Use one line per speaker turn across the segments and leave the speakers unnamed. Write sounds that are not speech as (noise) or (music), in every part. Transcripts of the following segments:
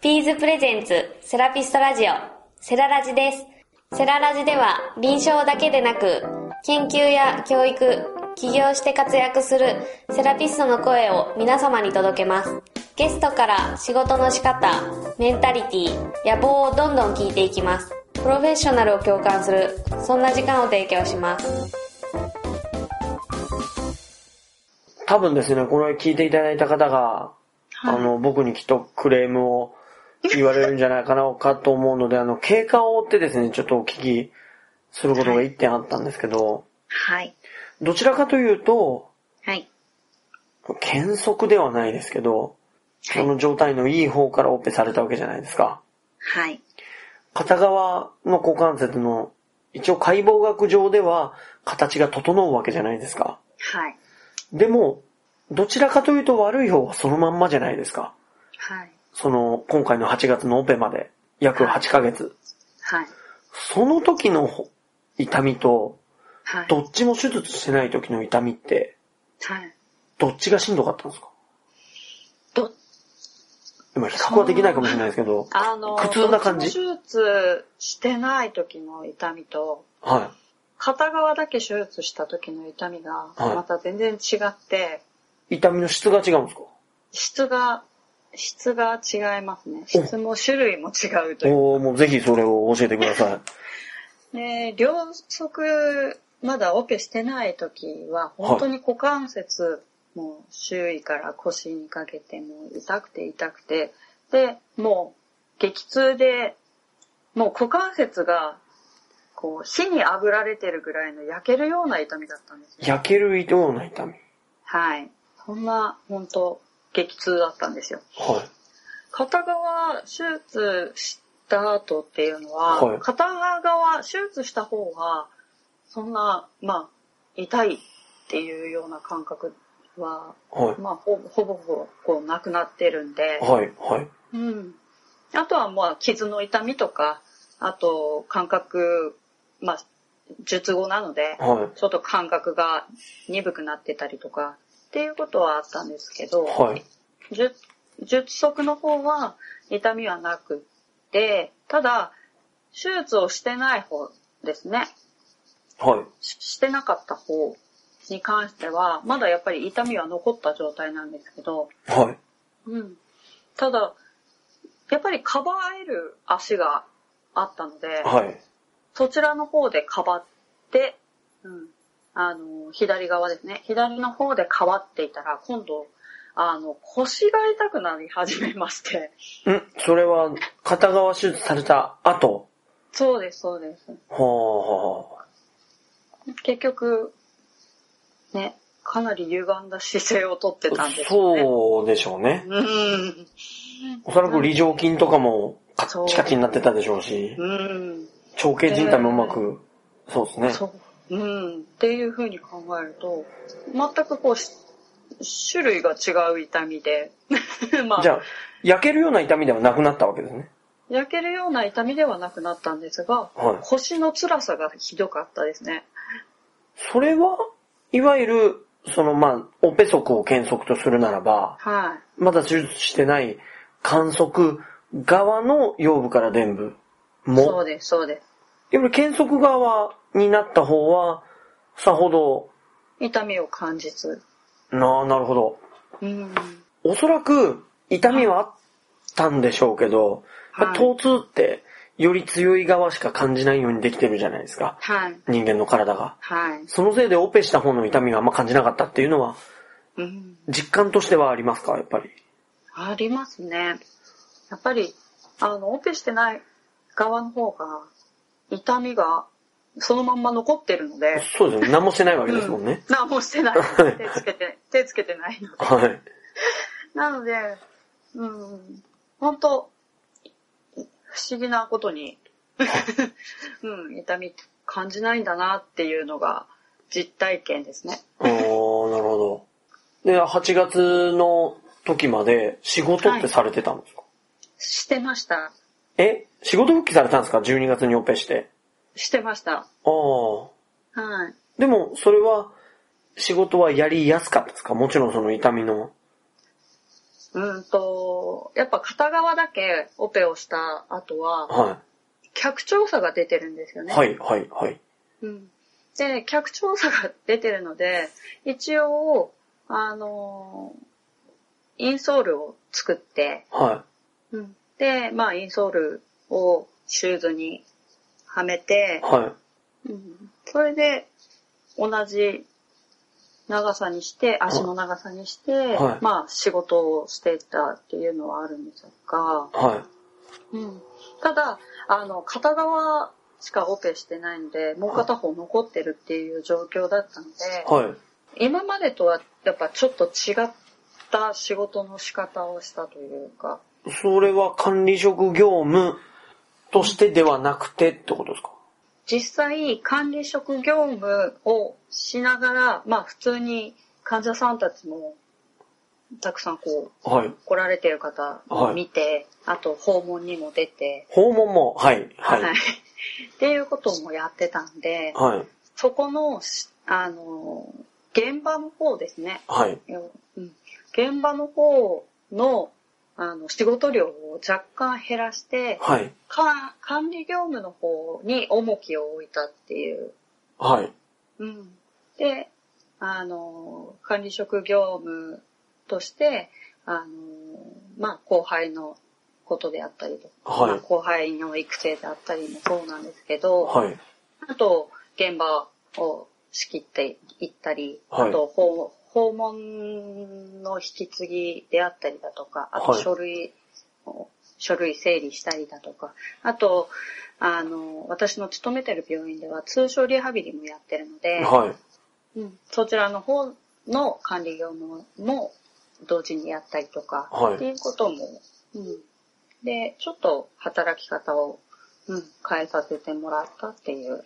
ピーズプレゼンツセラピストラジオセララジです。セララジでは臨床だけでなく研究や教育、起業して活躍するセラピストの声を皆様に届けます。ゲストから仕事の仕方、メンタリティ、野望をどんどん聞いていきます。プロフェッショナルを共感する、そんな時間を提供します。
多分ですね、これ聞いていただいた方が、あの、僕にきっとクレームを言われるんじゃないかな、かと思うので、あの、経過を追ってですね、ちょっとお聞きすることが1点あったんですけど、
はい。
どちらかというと、
はい。
検測ではないですけど、その状態のいい方からオペされたわけじゃないですか。
はい。
片側の股関節の、一応解剖学上では形が整うわけじゃないですか。
はい。
でも、どちらかというと悪い方はそのまんまじゃないですか。
はい。
その、今回の8月のオペまで、約8ヶ月。
はい。
その時の痛みと、
はい。
どっちも手術してない時の痛みって、
はい。
どっちがしんどかったんですか
ど、
今比較はできないかもしれないですけど、
あの、
苦痛な感じ
どっちも手術してない時の痛みと、
は
片側だけ手術した時の痛みが、
はい
また全然違って、
い。痛みの質が違うんですか
質が、質が違いますね。質も種類も違うという。
おー、もうぜひそれを教えてください。
で、両足、まだオペしてない時は、
はい
本当に股関節、もう周囲から腰にかけて、もう痛くて痛くて、で、もう激痛で、もう股関節が、こう、火に炙られてるぐらいの焼けるような痛みだったんですよ。
焼けるような痛み。
はい。そんな、本当激痛だったんですよ。
はい。
片側手術した後っていうのは、
はい
片側手術した方がそんな、まあ、痛いっていうような感覚は、
は
まあ、ほほぼほぼこうなくなってるんで
い。、はい。はい。
うん、あとはまあ傷の痛みとかあと感覚、まあ、術後なので
はい。
ちょっと感覚が鈍くなってたりとかっていうことはあったんですけど、
はい。
術術足の方は痛みはなくって、ただ、手術をしてない方ですね。
はい。
ししてなかった方に関しては、まだやっぱり痛みは残った状態なんですけど、
はい。
うん。ただ、やっぱりカバーえる足があったので、
はい。
そちらの方でかばって、うん、あの、左側ですね。左の方でかばっていたら、今度、あの、腰が痛くなり始めまして。
んそれは、片側手術された後。
そうです、そうです。
はあ。
結局、ね、かなり歪んだ姿勢をとってたんですよね。
そうでしょうね。
うん。
おそらく梨状筋とかもカッチカチになってたでしょうし、
うん。
長径靭帯もうまく、そうですね。
そう。うん。っていう風に考えると、全くこうし、種類が違う痛みで、 (laughs) ま
じゃあ、焼けるような痛みではなくなったわけですね。
焼けるような痛みではなくなったんですが、
はい。
腰の辛さがひどかったですね。
それは、いわゆる、そのまあ、オペ足を検測とするならば、
は
まだ手術してない観測側の腰部から伝部
い。そう
も、
です、そうで
いわゆる検測側になった方は、さほど、
す。痛みを感じず。
なあ、なるほど。
うん。
おそらく痛みはあったんでしょうけど、
はい
疼痛ってより強い側しか感じないようにできてるじゃないですか。
はい。
人間の体が。
はい。
そのせいでオペした方の痛みがあんま感じなかったっていうのは、
うん。
実感としてはありますかやっぱり。
ありますね。やっぱり、あの、オペしてない側の方が、痛みがそのまんま残ってるので、
そうですよね。何もしてないわけですもんね。
何もしてない。
はい
手つけ
(laughs)
て、手つけてないので。
はい。
なので、うん、本当不思議なことに、 (laughs) うん、痛み感じないんだなっていうのが実体験ですね。
おー、なるほど。で、8月の時まで仕事ってされてたんですか、
してました。
え仕事復帰されたんですか ?12 月にオペして。
してました。
あー。
はい。
でも、それは、仕事はやりやすかったですかもちろんその痛みの。
うんと、やっぱ片側だけオペをした後は、
は
客調査が出てるんですよ
い。
ね。
はい、はい、はい。
うん、で、客調査が出てるので、一応、あのーインソールを作って、
は
うん、で、まあ、インソールをシューズにはめて
い、、は
うん、それで、同じ長さにして、足の長さにして、
はい
まあ、仕事をしてたっていうのはあるんですが、
い、は
うん、ただあの片側しかオペしてないのでもう片方残ってるっていう状況だったの
い、
で、
はい。
今までとはやっぱちょっと違った仕事の仕方をしたというか
それは管理職業務としてではなくてってことですか
実際管理職業務をしながらまあ普通に患者さんたちもたくさんこう
はい。
来られてる方を見て、あと訪問にも出て、
訪問も、はい、は
はい
い。
っていうこともやってたんで、
はい、
そこのし、あの、現場の方ですね。
はい、
うん現場の方の、あの、仕事量を若干減らして、
はい、
か管理業務の方に重きを置いたっていう。
はい、
うんで、あの、管理職業務として、あの、まあ、後輩のことであったりとか、
はい
まあ後輩の育成であったりもそうなんですけど、
はい、
あと、現場を仕切っていったり、
はい
あと訪、訪問の引き継ぎであったりだとか、あと
はい
書類を、書類整理したりだとか、あと、あの、私の勤めてる病院では通所リハビリもやってるので、
はい。
うんそちらの方の管理業務も同時にやったりとか、
はい
っていうことも、うんで、ちょっと働き方を、うん、変えさせてもらったっていう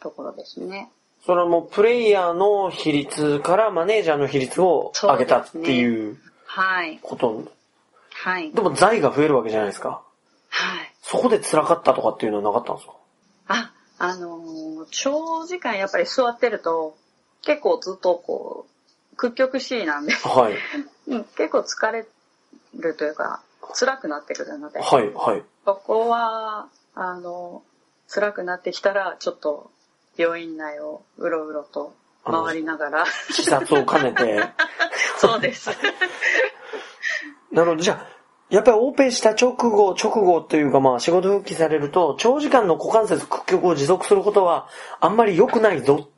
ところですね。
それはもうプレイヤーの比率からマネージャーの比率を上げたっていう
はい。
こと。
はい。
でも財が増えるわけじゃないですか。
はい。
そこで辛かったとかっていうのはなかったんですか
あ、あのー長時間やっぱり座ってると、結構ずっとこう、屈曲しいなんで、
はい、
うん、結構疲れるというか、辛くなってくるので、
はい、はい。
そこは、あの、辛くなってきたら、ちょっと病院内をうろうろと回りながら、
視察を兼ねて。
(laughs) そうです。
なるほど。じゃあ、やっぱりオペした直後、直後というかまあ仕事復帰されると、長時間の股関節屈曲を持続することはあんまり良くないぞ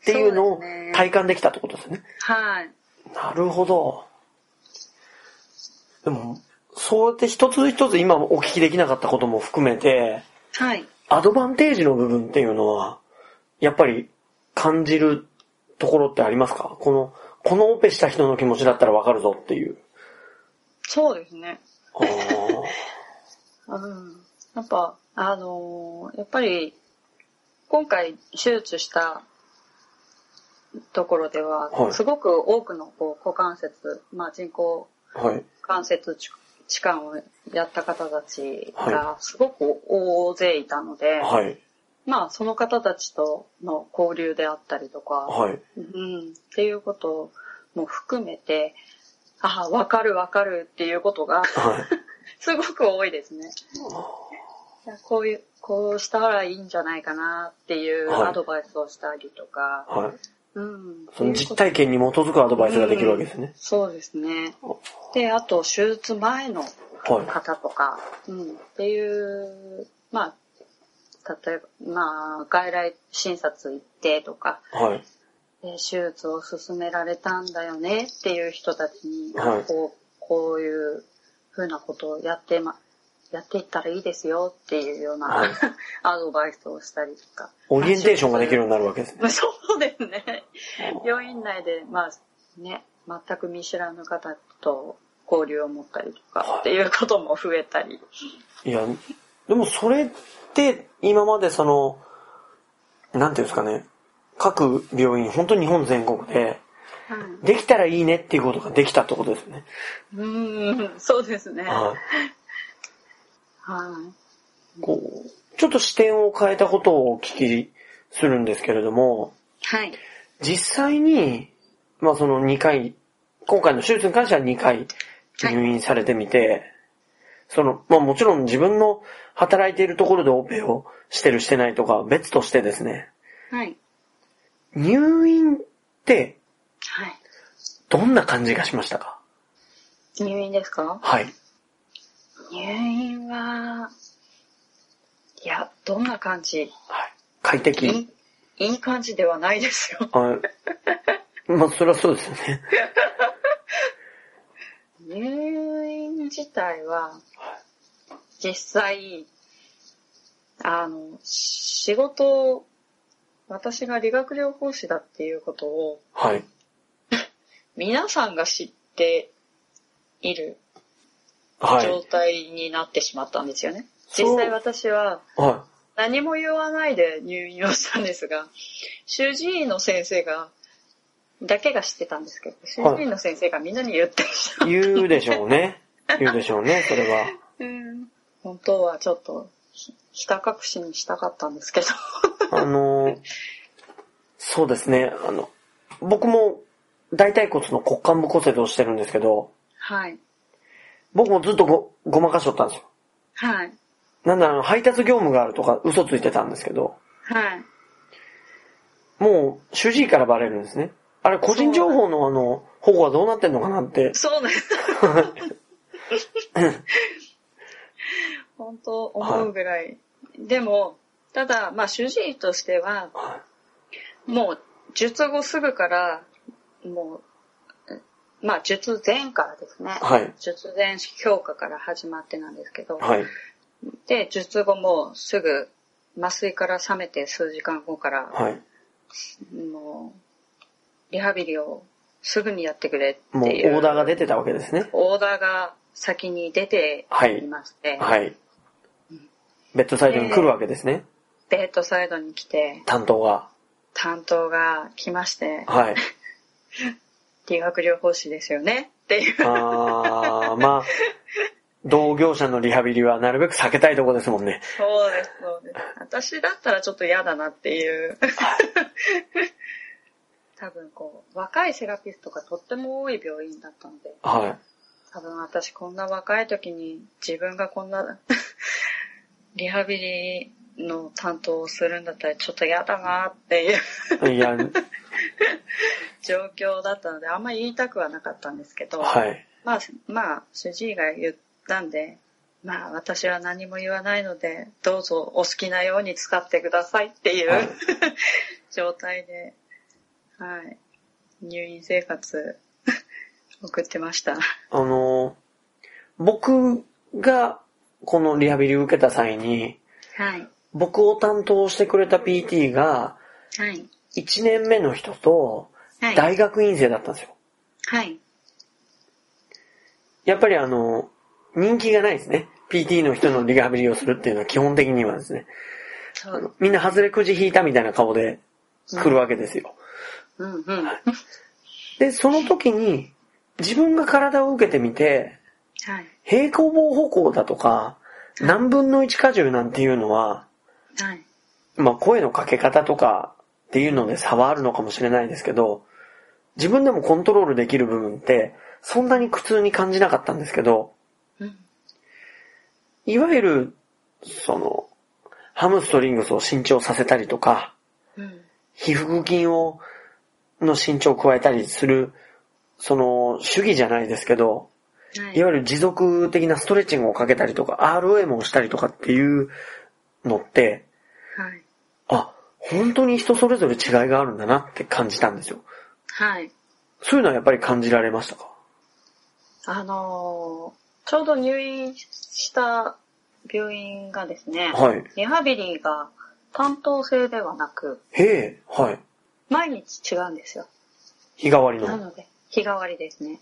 っていうの
そう
を
ですね
体感できたってことですね。
はい。
なるほど。でも、そうやって一つ一つ今お聞きできなかったことも含めて、
はい。
アドバンテージの部分っていうのは、やっぱり感じるところってありますかこの、このオペした人の気持ちだったらわかるぞっていう。
そうですね。
あー
うん。やっぱ、あのーやっぱり、今回手術したところでは、
はい
すごく多くのこう股関節、まあ人工
(laughs) はい。
関節置換をやった方たち
は
がすごく大勢いたので、
はい。
まあ、その方たちとの交流であったりとか、
はい。
うん、っていうことも含めて、ああ、わかるわかるっていうこと
は
が
い。
すごく多いですね。いやこういう、こうしたらいいんじゃないかなっていう
はい
アドバイスをしたりとか、
はい。
うん。
その実体験に基づくアドバイスができるわけですね。
そうですね。で、あと、手術前の
はい。
方とか、うん、っていう、まあ、例えば、まあ、外来診察行ってとか、
はい。
で手術を勧められたんだよねっていう人たちに、
はい
あこうこういうふうなことをやって、ま、やっていったらいいですよっていうような、
はい
(laughs) アドバイスをしたりとか。
オリエンテーションができるようになるわけですね。
まあ (laughs) そうですね。病院内で、まあね、全く見知らぬ方と交流を持ったりとかっていうことも増えたり。
いや、でもそれって今までその、なんていうんですかね、各病院、本当に日本全国で、
はい
できたらいいねっていうことができたってことですよね。
うーん、そうですね。は
はい。
い。
こう、ちょっと視点を変えたことをお聞きするんですけれども、
はい。
実際に、まあその2回、今回の手術に関しては2回
はい
入院されてみて、その、まあもちろん自分の働いているところでオペをしてるしてないとかは別としてですね、
はい。
入院って
はい。
どんな感じがしましたか
入院ですか
はい。
入院は、いや、どんな感じ
はい。快
い
適
い。、いい感じではないですよ。
あまあそれはそうですよね。
(laughs) 入院自体は、実際、あの、仕事を、私が理学療法士だっていうことを、
はい。
皆さんが知っている
は
状
い。
態になってしまったんですよね。
そう
実際私は
は
何も言わないで入院をしたんですが、主治医の先生が、だけが知ってたんですけど、主治医の先生がみんなに言ってました。
い。言うでしょうね。言うでしょうね、それは。
うん本当はちょっとひ、ひた隠しにしたかったんですけど。
あの、そうですね、あの、僕も大腿骨の骨幹部骨折をしてるんですけど、
はい。
僕もずっとご、ごまかしとったんですよ。
はい。
なんだ、あの、配達業務があるとか嘘ついてたんですけど、
はい。
もう、主治医からバレるんですね。あれ、個人情報のあの、保護はどうなってんのかなって。
そうね。 (laughs) 本当思うぐらい。でも、ただ、まあ主治医としては、
は
もう術後すぐから、もう、えまあ術前からですね。
はい。
術前評価から始まってなんですけど、
はい。
で、術後もすぐ麻酔から覚めて数時間後から、
はい。
もう、リハビリをすぐにやってくれっ
もう、オ
ていう。
ーダーが出てたわけですね。
オーダーが先に出ていまして、
はい。ベッドサイドに来るわけですね。
ベッドサイドに来て、
担当が。
担当が来まして、
はい。
理学療法士ですよねっていう。
あー、まあ、同業者のリハビリはなるべく避けたいとこですもんね。
そうです、そうです。私だったらちょっと嫌だなっていう。 (laughs) 多分こう、若いセラピストがとっても多い病院だったので、
は
多分私こんな若い時に自分がこんな (laughs) リハビリの担当をするんだったらちょっと嫌だなっていう (laughs)
い。いや、
状況だったのであんまり言いたくはなかったんですけど、
はい。
まあ、まあ、主治医が言ったんで、まあ私は何も言わないので、どうぞお好きなように使ってくださいっていう、
はい
(laughs) 状態で、はい、入院生活 (laughs) 送ってました。
あの、僕がこのリハビリを受けた際に、
はい、
僕を担当してくれた PT が、
はい、
1年目の人と、
はい。
大学院生だったんですよ。
はい。
やっぱりあの、人気がないですね。PT の人のリハビリをするっていうのは基本的にはですね。
そ
あ
う
の。みんな外れくじ引いたみたいな顔で来るわけですよ。
うんうん。はい。
で、その時に自分が体を受けてみて、平行棒歩行だとか、何分の1荷重なんていうのは、
はい。
まあ声のかけ方とかっていうので差はあるのかもしれないですけど、自分でもコントロールできる部分って、そんなに苦痛に感じなかったんですけど、
うん。
いわゆる、その、ハムストリングスを伸長させたりとか、
うん。
皮膚筋を、の伸長を加えたりする、その、主義じゃないですけど、
はいい。
わゆる持続的なストレッチングをかけたりとか、ROM をしたりとかっていうのって、
はい。
あ、本当に人それぞれ違いがあるんだなって感じたんですよ。
はい。
そういうのはやっぱり感じられましたか
あのーちょうど入院した病院がですね、
はい。
リハビリが担当制ではなく、
へえ、はい。
毎日違うんですよ。
日替わり
な
の。
ので、日替わりですね。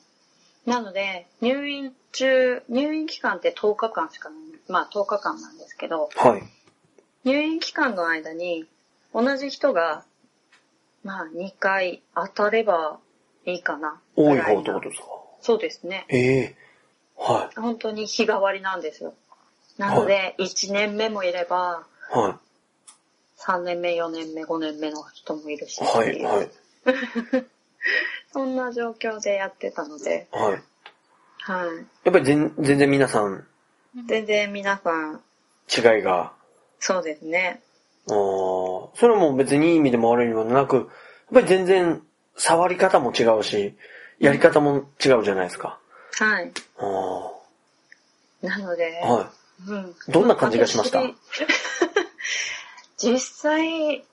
なので、入院中、入院期間って10日間しかない、まあ10日間なんですけど、
はい。
入院期間の間に同じ人が、まあ2回当たればいいかな。
多い
ぐら
方
な
ってことですか
そうですね。
へえ、は
本当に日替わりなんですよ。なので、1年目もいれば、
い。はい。
3年目、4年目、5年目の人もいるし、
は
って
い、
いう
はい、
そんな状況でやってたので、
はい。
はい。
やっぱり全全然皆さん
全然皆さん、
違いが、
そうですね。
あーそれも別にいい意味でも悪い意味でもなく、やっぱり全然触り方も違うし、やり方も違うじゃないですか。
はい。
あー
なので、
は
うん、
どんな感じがしました
私実際、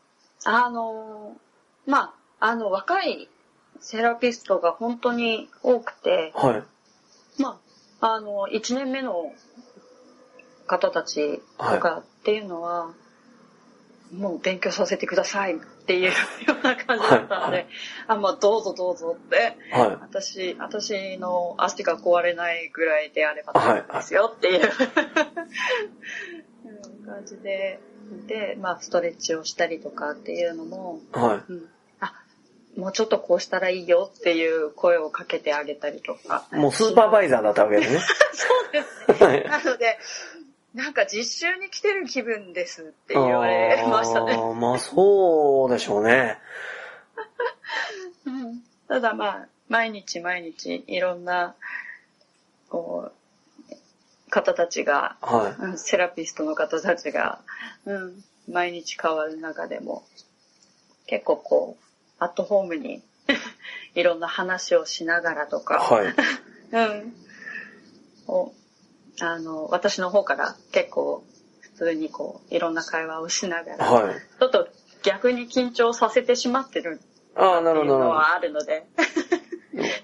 あの、まあ、あの、若いセラピストが本当に多くて、
い。はい。
まあ、あの、1年目の方たちとかっていうのは、もう勉強させてくださいっていうような感じだったん
はいは
で、あ、まあ、どうぞどうぞって、
はい。
私、私の足が壊れないぐらいであれば大丈夫ですよっていう、うん感じで、で、まあ、ストレッチをしたりとかっていうのも、
はい。
うん、あ、もうちょっとこうしたらいいよっていう声をかけてあげたりとか。
もうスーパーバイザーだったわけですね。そうですね。
なので、なんか実習に来てる気分ですって (laughs) 言われましたね。
あーまあそうでしょうね。
うんただまあ、毎日毎日いろんな、こう、方たちが
は
うんセラピストの方たちが、うん、毎日変わる中でも、結構こう、アットホームに (laughs) いろんな話をしながらと
い。
か、
はい。
うん、をあの、私の方から結構普通にこう、いろんな会話をしながら、
はい。
ちょっと逆に緊張させてしまってるっ
ああ、
て
ないるほ
う
ど、
の
な
はあるの
(laughs)
で、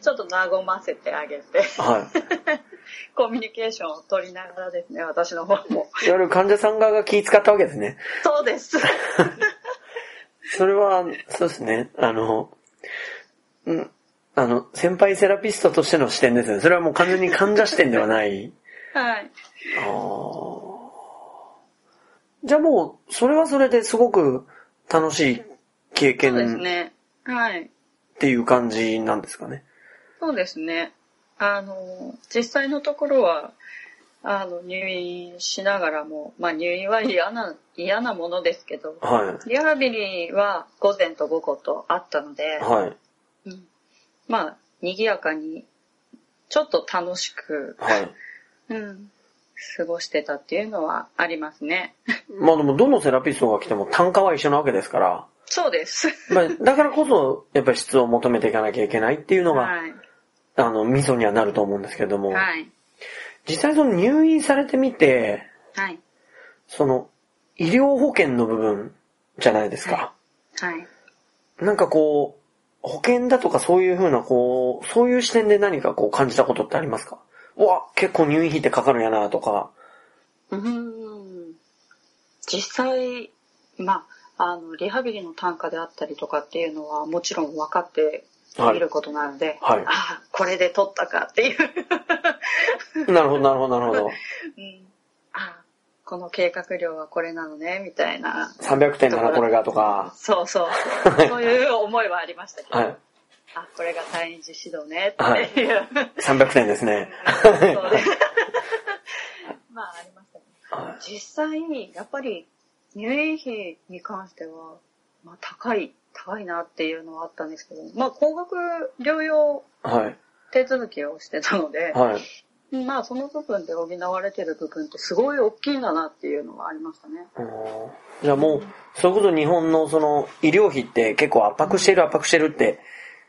ちょっと和ませてあげて、
るほど。はい。
コミュニケーションを取りながらですね、私の方も。
いわゆる患者さん側が気使ったわけですね。
そうです。
それは、そうですね。あの、うん、あの、先輩セラピストとしての視点ですね。それはもう完全に患者視点ではない。
はい。
あーじゃあもう、それはそれですごく楽しい経
そうです
験っ
ね。はい。
ていう感じなんですかね。
そうですね。あの、実際のところは、あの、入院しながらも、まあ入院は嫌な、嫌なものですけど、
は
リハビリは午前と午後とあったので
い。、はい。
うんまあ、賑やかに、ちょっと楽しく、
はい。
うん、過ごしてたっていうのはありますね。
まあでも、どのセラピストが来ても単価は一緒なわけですから、
そうです。
まあ、だからこそ、やっぱり質を求めていかなきゃいけないっていうのが、
はい。
あの、ミソにはなると思うんですけども、
はい。
実際その入院されてみて、
はい。
その、医療保険の部分じゃないですか。
はい。
なんかこう、保険だとかそういうふうな、こう、そういう視点で何かこう感じたことってありますかうわ、結構入院費ってかかるんやなとか。
うーん実際、まあ、あの、リハビリの単価であったりとかっていうのはもちろん分かっていることなので、
はいはい
ああ、これで取ったかっていう、
なるほど、なるほど、なるほど。
うん、ああ、この計画量はこれなのね、みたいな、
300点だな、これがとか。
そ
(laughs)
うそう、そういう思いはありましたけど、
はい。
あ、これが第二次指導ね、っていう、
300点ですね。
そうですまあ、ありましたね。
は
実際にやっぱり入院費に関しては、まあ、高い高いなっていうのはあったんですけど、まあ、高額療養
い。はい。
手続きをしてたので、
はい。
まあその部分で補われてる部分ってすごい大きいんだなっていうのはありましたね。
おーじゃあもう、それこそ日本のその医療費って結構圧迫してる圧迫してるって、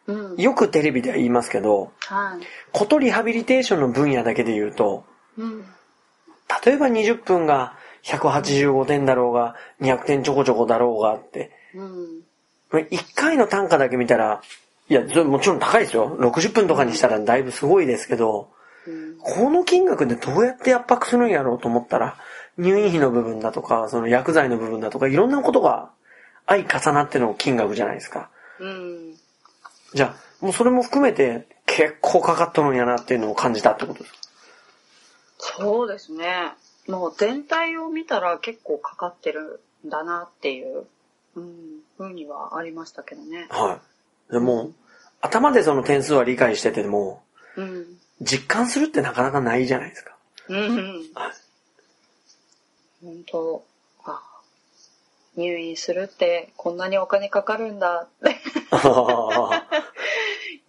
うん。
よくテレビでは言いますけど、
はい。
ことリハビリテーションの分野だけで言うと、
うん。
例えば20分が185点だろうが、200点ちょこちょこだろうがって、
うん。
1回の単価だけ見たら、いや、そもちろん高いですよ。60分とかにしたらだいぶすごいですけど、
うん。
この金額でどうやって圧迫するんやろうと思ったら、入院費の部分だとか、その薬剤の部分だとか、いろんなことが相重なっての金額じゃないですか。
うん。
じゃあ、もうそれも含めて結構かかっとるんやなっていうのを感じたってことですか
そうですね。もう全体を見たら結構かかってるんだなっていう、うん、ふうにはありましたけどね。
はい。でも、頭でその点数は理解してても、
うん。
実感するってなかなかないじゃないですか。 (laughs)
うん。
はい
本当、あ入院するってこんなにお金かかるんだっ
あはははは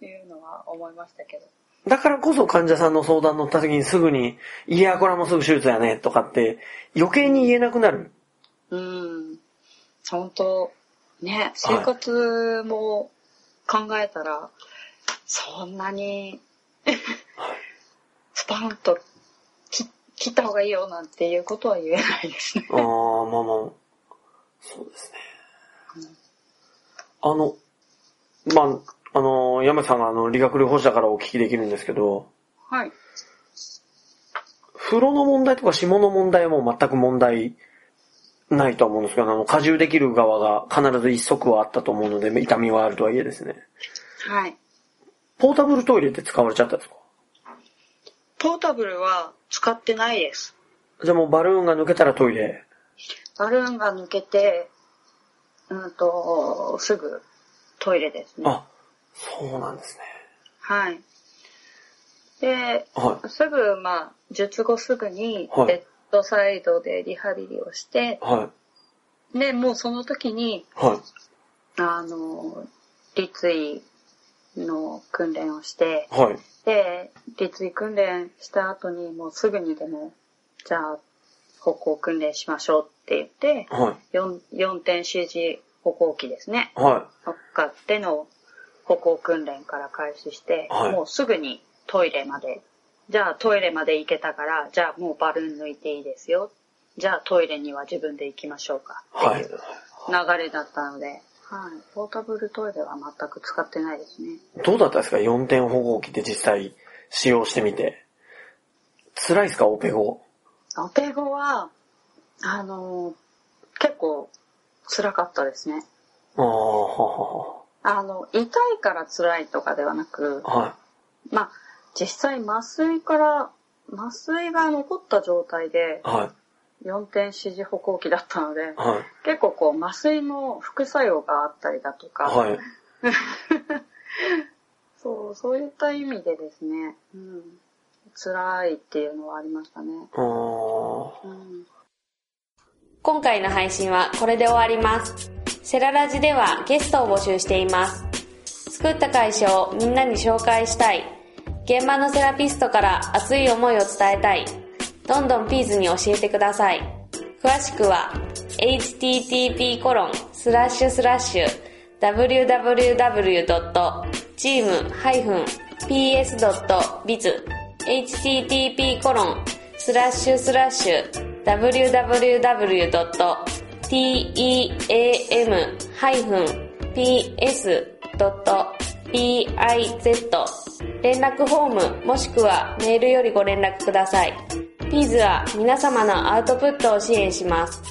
ていうのは思いましたけど。
だからこそ患者さんの相談乗った時にすぐに、いや、これはもうすぐ手術やね、とかって、余計に言えなくなる。
うん。本当ね、生活も考えたら、そんなに、 (laughs) スパンと切切った方がいいよなんていうことは言えないですね。
ああ、まあまあ、そうですね。あの、まあ、あの、山木さんがあの理学療法士だからお聞きできるんですけど、
はい。
風呂の問題とか霜の問題はもう全く問題ないとは思うんですけど、あの、加重できる側が必ず一足はあったと思うので、痛みはあるとはいえですね。
はい。
ポータブルトイレって使われちゃったんですか
ポータブルは使ってないです。
じゃあもうバルーンが抜けたらトイレ。
バルーンが抜けて、うんと、すぐトイレですね。
あ、そうなんですね。
はい。で、
は
すぐ、まあ、術後すぐに
はい、
ベッドサイドでリハビリをして
い。、はい。
で、もうその時に、
はい。
あの、立位の訓練をして、
はい。
で、立位訓練した後に、もうすぐにでも、じゃあ、歩行訓練しましょうって言って、
はい。
4, 4点 CG 歩行機ですね。
は
乗っかっての歩行訓練から開始して、
はい
もうすぐにトイレまで。じゃあトイレまで行けたから、じゃあもうバルーン抜いていいですよ。じゃあトイレには自分で行きましょうか。
い。はい。
流れだったので、はい。ポータブルトイレは全く使ってないですね。
どうだったんですか ?4 点保護機で実際使用してみて。辛いですかオペ後。
オペ後は、あのー結構辛かったですね。
ああ、は
あの、痛いから辛いとかではな
は
く、
は。は
まあ、実際麻酔から、麻酔が残った状態で
い。はい。
4点指示歩行器だったので、
はい。
結構こう麻酔の副作用があったりだとか、
はい。
そう、そういった意味でですね、うん、辛いっていうのはありましたね。
あー
うん、
今回の配信はこれで終わります。セララジではゲストを募集しています。作った会社をみんなに紹介したい。現場のセラピストから熱い思いを伝えたい。どんどんピーズに教えてください。詳しくは http://www.team-ps.biz http コロンスラッシュスラッシュ www.team-ps.biz 連絡フォームもしくはメールよりご連絡ください。ピーズは皆様のアウトプットを支援します。